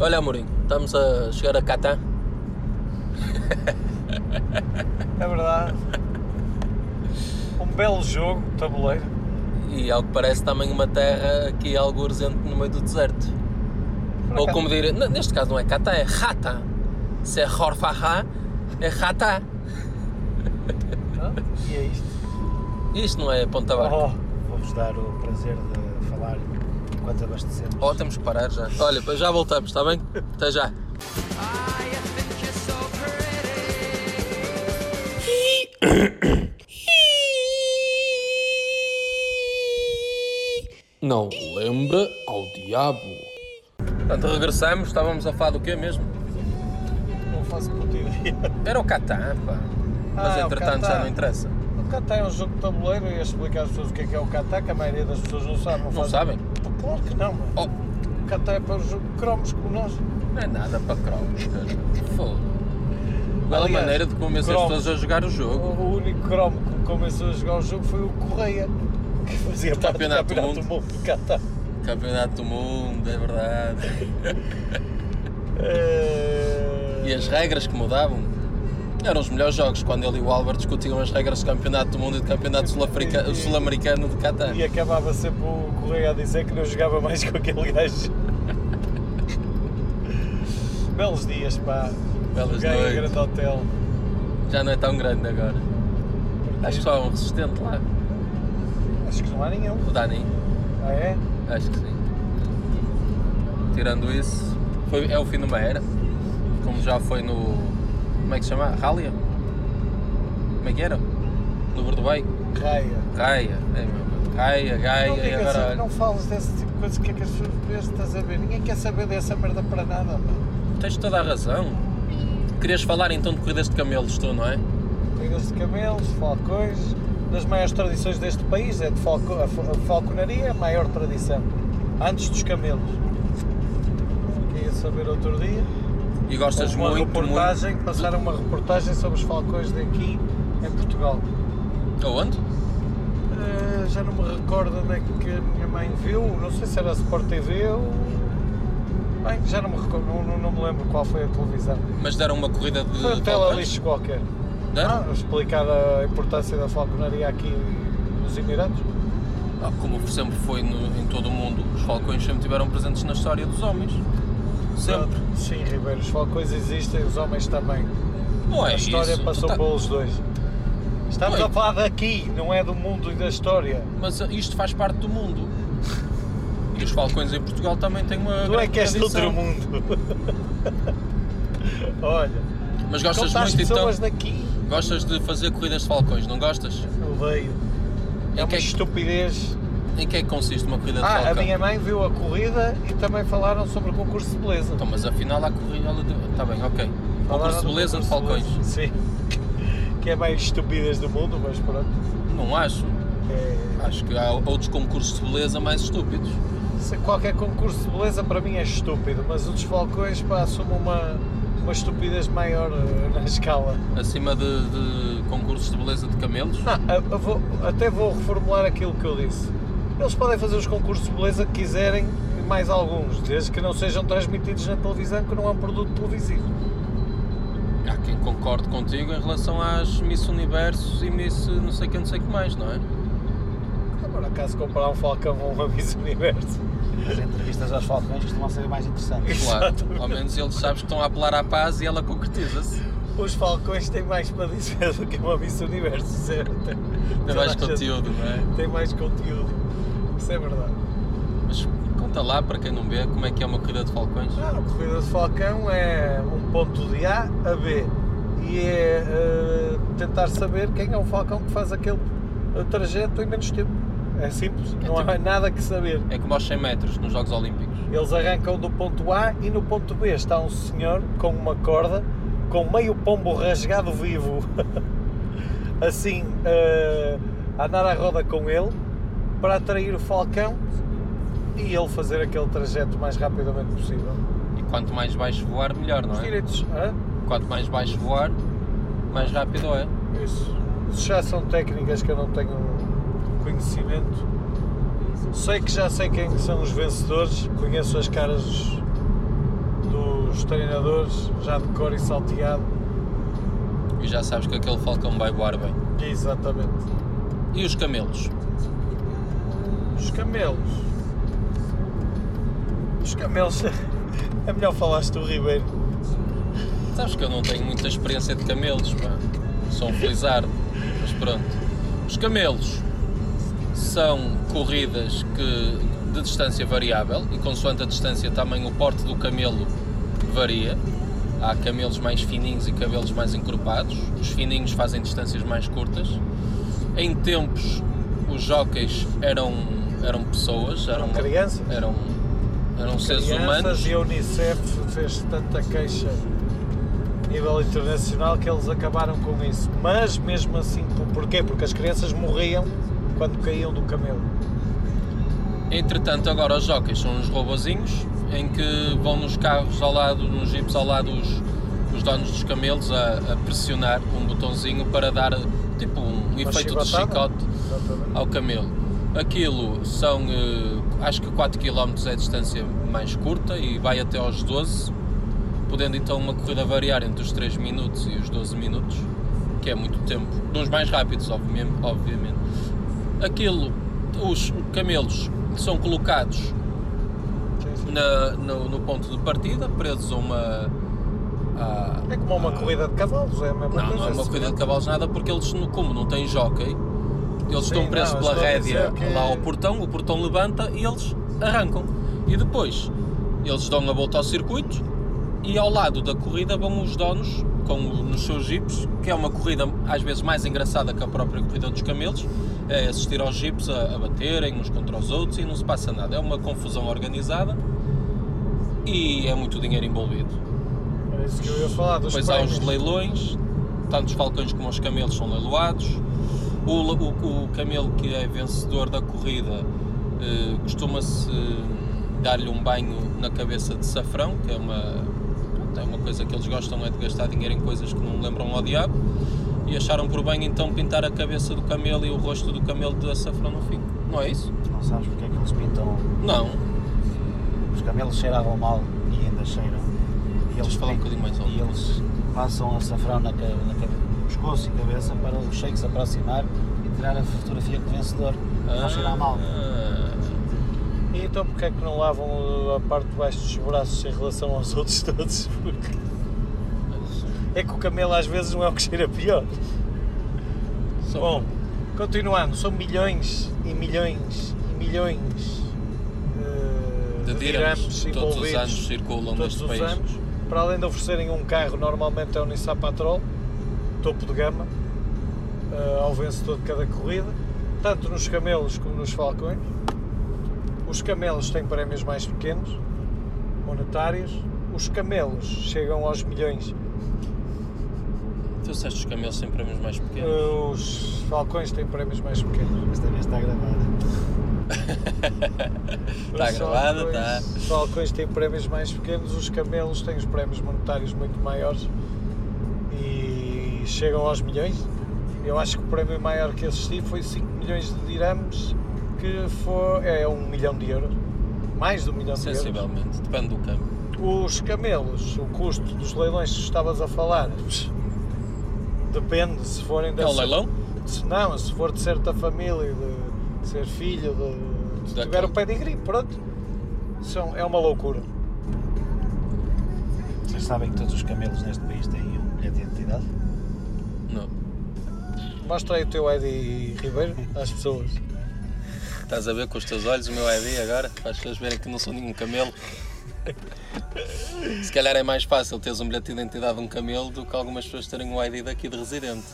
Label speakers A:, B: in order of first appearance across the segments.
A: Olha, Amorim, estamos a chegar a Catan.
B: É verdade. Um belo jogo, tabuleiro.
A: E ao que parece também uma terra aqui algures entre no meio do deserto.
B: Por
A: Ou
B: acaso-
A: como diria, n- neste caso não é Catan, é Rata. Se é Horfahá, é Rata.
B: Hã? E é isto.
A: Isto não é Ponta Barca.
B: Oh,
C: Vou-vos dar o prazer de falar enquanto abastecemos.
A: Oh, temos que parar já. Olha, pois já voltamos, está bem? Até já. Não lembra ao diabo. Portanto, regressamos, estávamos a falar do quê mesmo?
B: não faço puta ideia.
A: Era o Catan, pá. Mas
B: Ah, é o
A: entretanto já
B: Catan.
A: não interessa.
B: O Catá é um jogo de tabuleiro e a explicar às pessoas o que é que é o Catá, que a maioria das pessoas não sabe.
A: Não
B: faz-
A: sabem?
B: Claro que não, mano.
A: Oh,
B: O Catá é para os cromos como nós.
A: não é nada para cromos, cara. Fogo. Bela
B: Aliás,
A: maneira de convencer as
B: cromos.
A: pessoas a jogar o
B: O-
A: jogo.
B: O único cromo que começou a jogar o jogo foi o Correia, que fazia parte do
A: Campeonato do
B: Campeonato do Mundo de Catá.
A: Campeonato do Mundo, é verdade.
B: Eh,
A: E as regras que mudavam eram os melhores jogos quando ele e o Albert discutiam as regras do Campeonato do Mundo e do Campeonato Sul-Africa- Sul-Americano de Catar.
B: E acabava sempre o Correia a dizer que não jogava mais com aquele gajo. Belos dias, pá.
A: Belas
B: Joguei em
A: noites.
B: grande hotel.
A: Já não é tão grande agora. Acho que só há um resistente lá.
B: Acho que não há nenhum.
A: O Dani,
B: Ah, é?
A: acho que sim. Tirando isso, foi- é o fim de uma era. Como já foi no. Como é que se chama? Rália? Como é que era? No Bordobai?
B: Raia.
A: Raia. É meu. Raia,
B: Não, assim,
A: Gaia, e
B: digas,
A: agora.
B: não fales desse tipo de coisa que é que as pessoas vês, estás a ver? Ninguém quer saber dessa merda para nada, mano.
A: Tens toda a razão. Querias falar então de corridas de camelos, tu, não é?
B: Corridas de camelos, falcões. Das maiores tradições deste país é de falco, a fa- a falconaria, a maior tradição. Antes dos camelos. Fiquei a saber outro dia.
A: E gostas
B: Houve uma
A: muito,
B: reportagem, passaram uma reportagem sobre os falcões daqui em Portugal.
A: muito. Aonde?
B: Eh, já não me recordo onde é que a minha mãe viu, não sei se era a Sport TV ou. Bem, já não me recordo, não, não- não me lembro qual foi a televisão.
A: Mas deram uma corrida de.
B: Foi um
A: de
B: tela-lixo qualquer.
A: falcões? Deram?
B: Ah, explicar a importância da falconaria aqui nos Emirados.
A: Ah, como sempre foi no- em todo o mundo, os falcões sempre tiveram presentes na história dos homens. Sempre.
B: Pronto, Sim, Ribeiro, os falcões existem, os homens também.
A: Não é
B: a história
A: isso.
B: passou
A: Tá-
B: pelos dois. Estamos
A: Não é-
B: a falar daqui, não é do mundo e da história.
A: Mas ah, isto faz parte do mundo. E os falcões em Portugal também têm uma.
B: Tu é
A: grande
B: que és de
A: tradição.
B: outro mundo. Olha,
A: Mas gostas
B: conta as
A: muito então?
B: pessoas daqui.
A: Gostas de fazer corridas de falcões, não gostas?
B: Odeio. É
A: Em que
B: uma
A: é que-
B: estupidez.
A: Em que é que consiste uma corrida de
B: Ah, a
A: falcão?
B: minha mãe viu a corrida e também falaram sobre o concurso de beleza.
A: Então, mas afinal há corrida. Está bem, ok.
B: Falaram
A: Concurso de
B: do
A: beleza de
B: concurso
A: falcões.
B: beleza. Sim. Que é a mais estupidez do mundo, mas pronto.
A: Não acho.
B: É...
A: Acho que há outros concursos de beleza mais estúpidos.
B: se Qualquer concurso de beleza para mim é estúpido, mas o dos falcões pá, assume uma, uma estupidez maior eh, na escala.
A: Acima de, de concursos de beleza de camelos.
B: Não, Ah, eu- eu vou- até vou reformular aquilo que eu disse. Eles podem fazer os concursos de beleza que quiserem e mais alguns, desde que não sejam transmitidos na televisão, que não é um produto televisivo.
A: Há quem concorde contigo em relação às Miss Universos e Miss não sei que, não sei que mais, não é?
B: Agora, acaso comprar um Falcão ou um Aviso Universo?
C: As entrevistas aos falcões costumam ser mais interessantes.
A: Claro.
B: Exatamente.
A: Ao menos eles sabes que estão a apelar à paz e ela concretiza-se.
B: Os Falcões têm mais para dizer do que um Aviso Universo, certo?
A: Tem mais conteúdo, não é?
B: Tem mais conteúdo. Isso é verdade.
A: Mas conta lá para quem não vê como é que é uma corrida de falcões.
B: Ah, a corrida de Falcão é um ponto de A a B e é eh, tentar saber quem é o Falcão que faz aquele eh, trajeto em menos tempo. É simples, não
A: Então.
B: há nada que saber.
A: É como aos 100 metros nos Jogos Olímpicos.
B: Eles arrancam do ponto A e no ponto B está um senhor com uma corda com meio pombo rasgado vivo, assim, eh, a andar à roda com ele para atrair o Falcão e ele fazer aquele trajeto o mais rapidamente possível.
A: E quanto mais baixo voar, melhor, não
B: Os
A: é?
B: direitos. hã?
A: Quanto mais baixo voar, mais rápido é.
B: Isso. Isso já são técnicas que eu não tenho conhecimento. Sei que já sei quem são os vencedores, conheço as caras dos, os treinadores já de cor e salteado.
A: E já sabes que aquele falcão vai voar bem.
B: Exatamente.
A: E os camelos?
B: Os camelos. Os camelos. É melhor falaste do Ribeiro.
A: Sabes que eu não tenho muita experiência de camelos, pá. Sou um felizardo, mas pronto. Os camelos são corridas que, de distância variável e consoante a distância também o porte do camelo varia. Há camelos mais fininhos e camelos mais encorpados. Os fininhos fazem distâncias mais curtas. Em tempos, os jockeys eram, eram pessoas, eram,
B: Eram crianças?
A: eram, eram seres humanos.
B: Crianças e a Unicef fez tanta queixa a nível internacional que eles acabaram com isso. Mas mesmo assim, por- porquê? Porque as crianças morriam quando caíam do camelo.
A: Entretanto, agora os jockeys são uns robozinhos em que vão nos carros ao lado, nos jipes ao lado, os, os donos dos camelos a, a pressionar um botãozinho para dar tipo um
B: Uma
A: efeito de
B: chibatada?
A: chicote
B: Exatamente.
A: ao camelo. Aquilo são, eh, acho que 4 km é a distância mais curta e vai até aos 12, podendo então uma corrida variar entre os 3 minutos e os 12 minutos, que é muito tempo, dos mais rápidos, obviamente. obviamente. Aquilo, os camelos são colocados
B: Sim, sim.
A: na- no, no ponto de partida, presos a uma. a-
B: É como uma corrida de cavalos, é a mesma
A: não,
B: coisa.
A: não é uma corrida de cavalos nada, porque eles, no- como não têm jockey, eles
B: Sim,
A: estão presos
B: não,
A: pela
B: estou a dizer
A: rédea
B: que-
A: lá ao portão, o portão levanta e eles arrancam. E depois eles dão a volta ao circuito e ao lado da corrida vão os donos com o- nos seus jipes, que é uma corrida às vezes mais engraçada que a própria corrida dos camelos, é assistir aos jipes a, a baterem uns contra os outros e não se passa nada. É uma confusão organizada e é muito dinheiro envolvido.
B: Era isso que eu ia falar dos
A: Depois há
B: prémios.
A: os leilões, tanto os falcões como os camelos são leiloados. O, le- o- o camelo que é vencedor da corrida eh, costuma-se dar-lhe um banho na cabeça de safrão, que é uma, pronto, é uma coisa que eles gostam é de gastar dinheiro em coisas que não lembram ao diabo. E acharam por bem então pintar a cabeça do camelo e o rosto do camelo de açafrão no fim. Não é isso?
C: Não sabes porque é que eles pintam.
A: Não.
C: Os camelos cheiravam mal e ainda cheiram. E
A: Deixa eu falar um
C: pin-
A: bocadinho mais alto.
C: E eles passam açafrão na, ca- na ca- no pescoço e cabeça para o cheio se aproximar e tirar a fotografia com o vencedor. Não cheirar mal.
A: Ah,
B: E então porque é que não lavam uh, a parte de baixo dos braços em relação aos outros todos? Porque
A: Ah,
B: é que o camelo às vezes não é o que cheira pior.
A: são-
C: Então.
B: Bom, continuando, são milhões e milhões e milhões eh,
A: de dirhams todos os anos circulam
B: todos
A: neste
B: os
A: país.
B: anos. Para além de oferecerem um carro, normalmente é o Nissan Patrol, topo de gama, eh, ao vencedor de cada corrida, tanto nos camelos como nos falcões. Os camelos têm prémios mais pequenos, monetários. Os camelos chegam aos milhões.
A: Tu disseste os camelos sem prémios mais pequenos.
B: Eh, Os falcões têm prémios mais pequenos.
C: Esta vez está gravada.
A: Está
B: Os
A: gravada,
B: falcões-
A: está.
B: Os falcões têm prémios mais pequenos, os camelos têm os prémios monetários muito maiores e chegam aos milhões. Eu acho que o prémio maior que assisti foi 5 milhões de dirhams, que foi, é 1 milhão de euros. Mais de 1 milhão de euros.
A: Sensivelmente, depende do campo.
B: Os camelos, o custo dos leilões que estavas a falar, depende se forem
A: É
B: da
A: um leilão?
B: se não, se for de certa família, de, de ser filho, de, se
A: Daquele.
B: tiver o pedigree, pronto. São, é uma loucura.
C: Vocês sabem que todos os camelos neste país têm um bilhete de identidade?
A: Não.
B: Mostra aí o teu ID Ribeiro às pessoas.
A: Estás a ver com os teus olhos o meu ID agora? Para as pessoas verem que não sou nenhum camelo. Se calhar é mais fácil teres um bilhete de identidade de um camelo do que algumas pessoas terem um ID daqui de residente.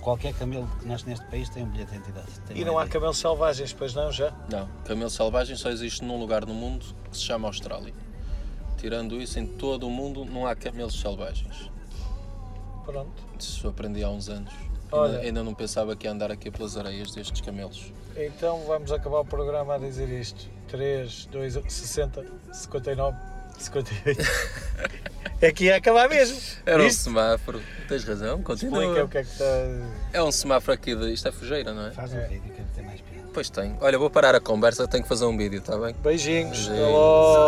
C: Qualquer camelo que nasce neste país tem um bilhete de identidade. Tem
B: E
C: um
B: não há
C: ID.
B: camelos selvagens, pois não, já?
A: Não, camelo selvagem só existe num lugar no mundo que se chama Austrália. Tirando isso, em todo o mundo não há camelos selvagens.
B: Pronto.
A: Isso aprendi há uns anos.
B: Olha.
A: Ainda, ainda não pensava que ia andar aqui pelas areias destes camelos.
B: Então vamos acabar o programa a dizer isto. um, 3, 2, 1, 60, 59, 58. é que ia acabar mesmo.
A: Era um
B: isto
A: semáforo. Tens razão,
B: explica o
A: continua.
B: que é que está.
A: É um semáforo aqui de. Isto é fujeira, não é?
C: Faz um vídeo que tem mais piada.
A: Pois tem. Olha, vou parar a conversa, tenho que fazer um vídeo, está bem?
B: Beijinhos.
A: Beijinhos.
B: Alô.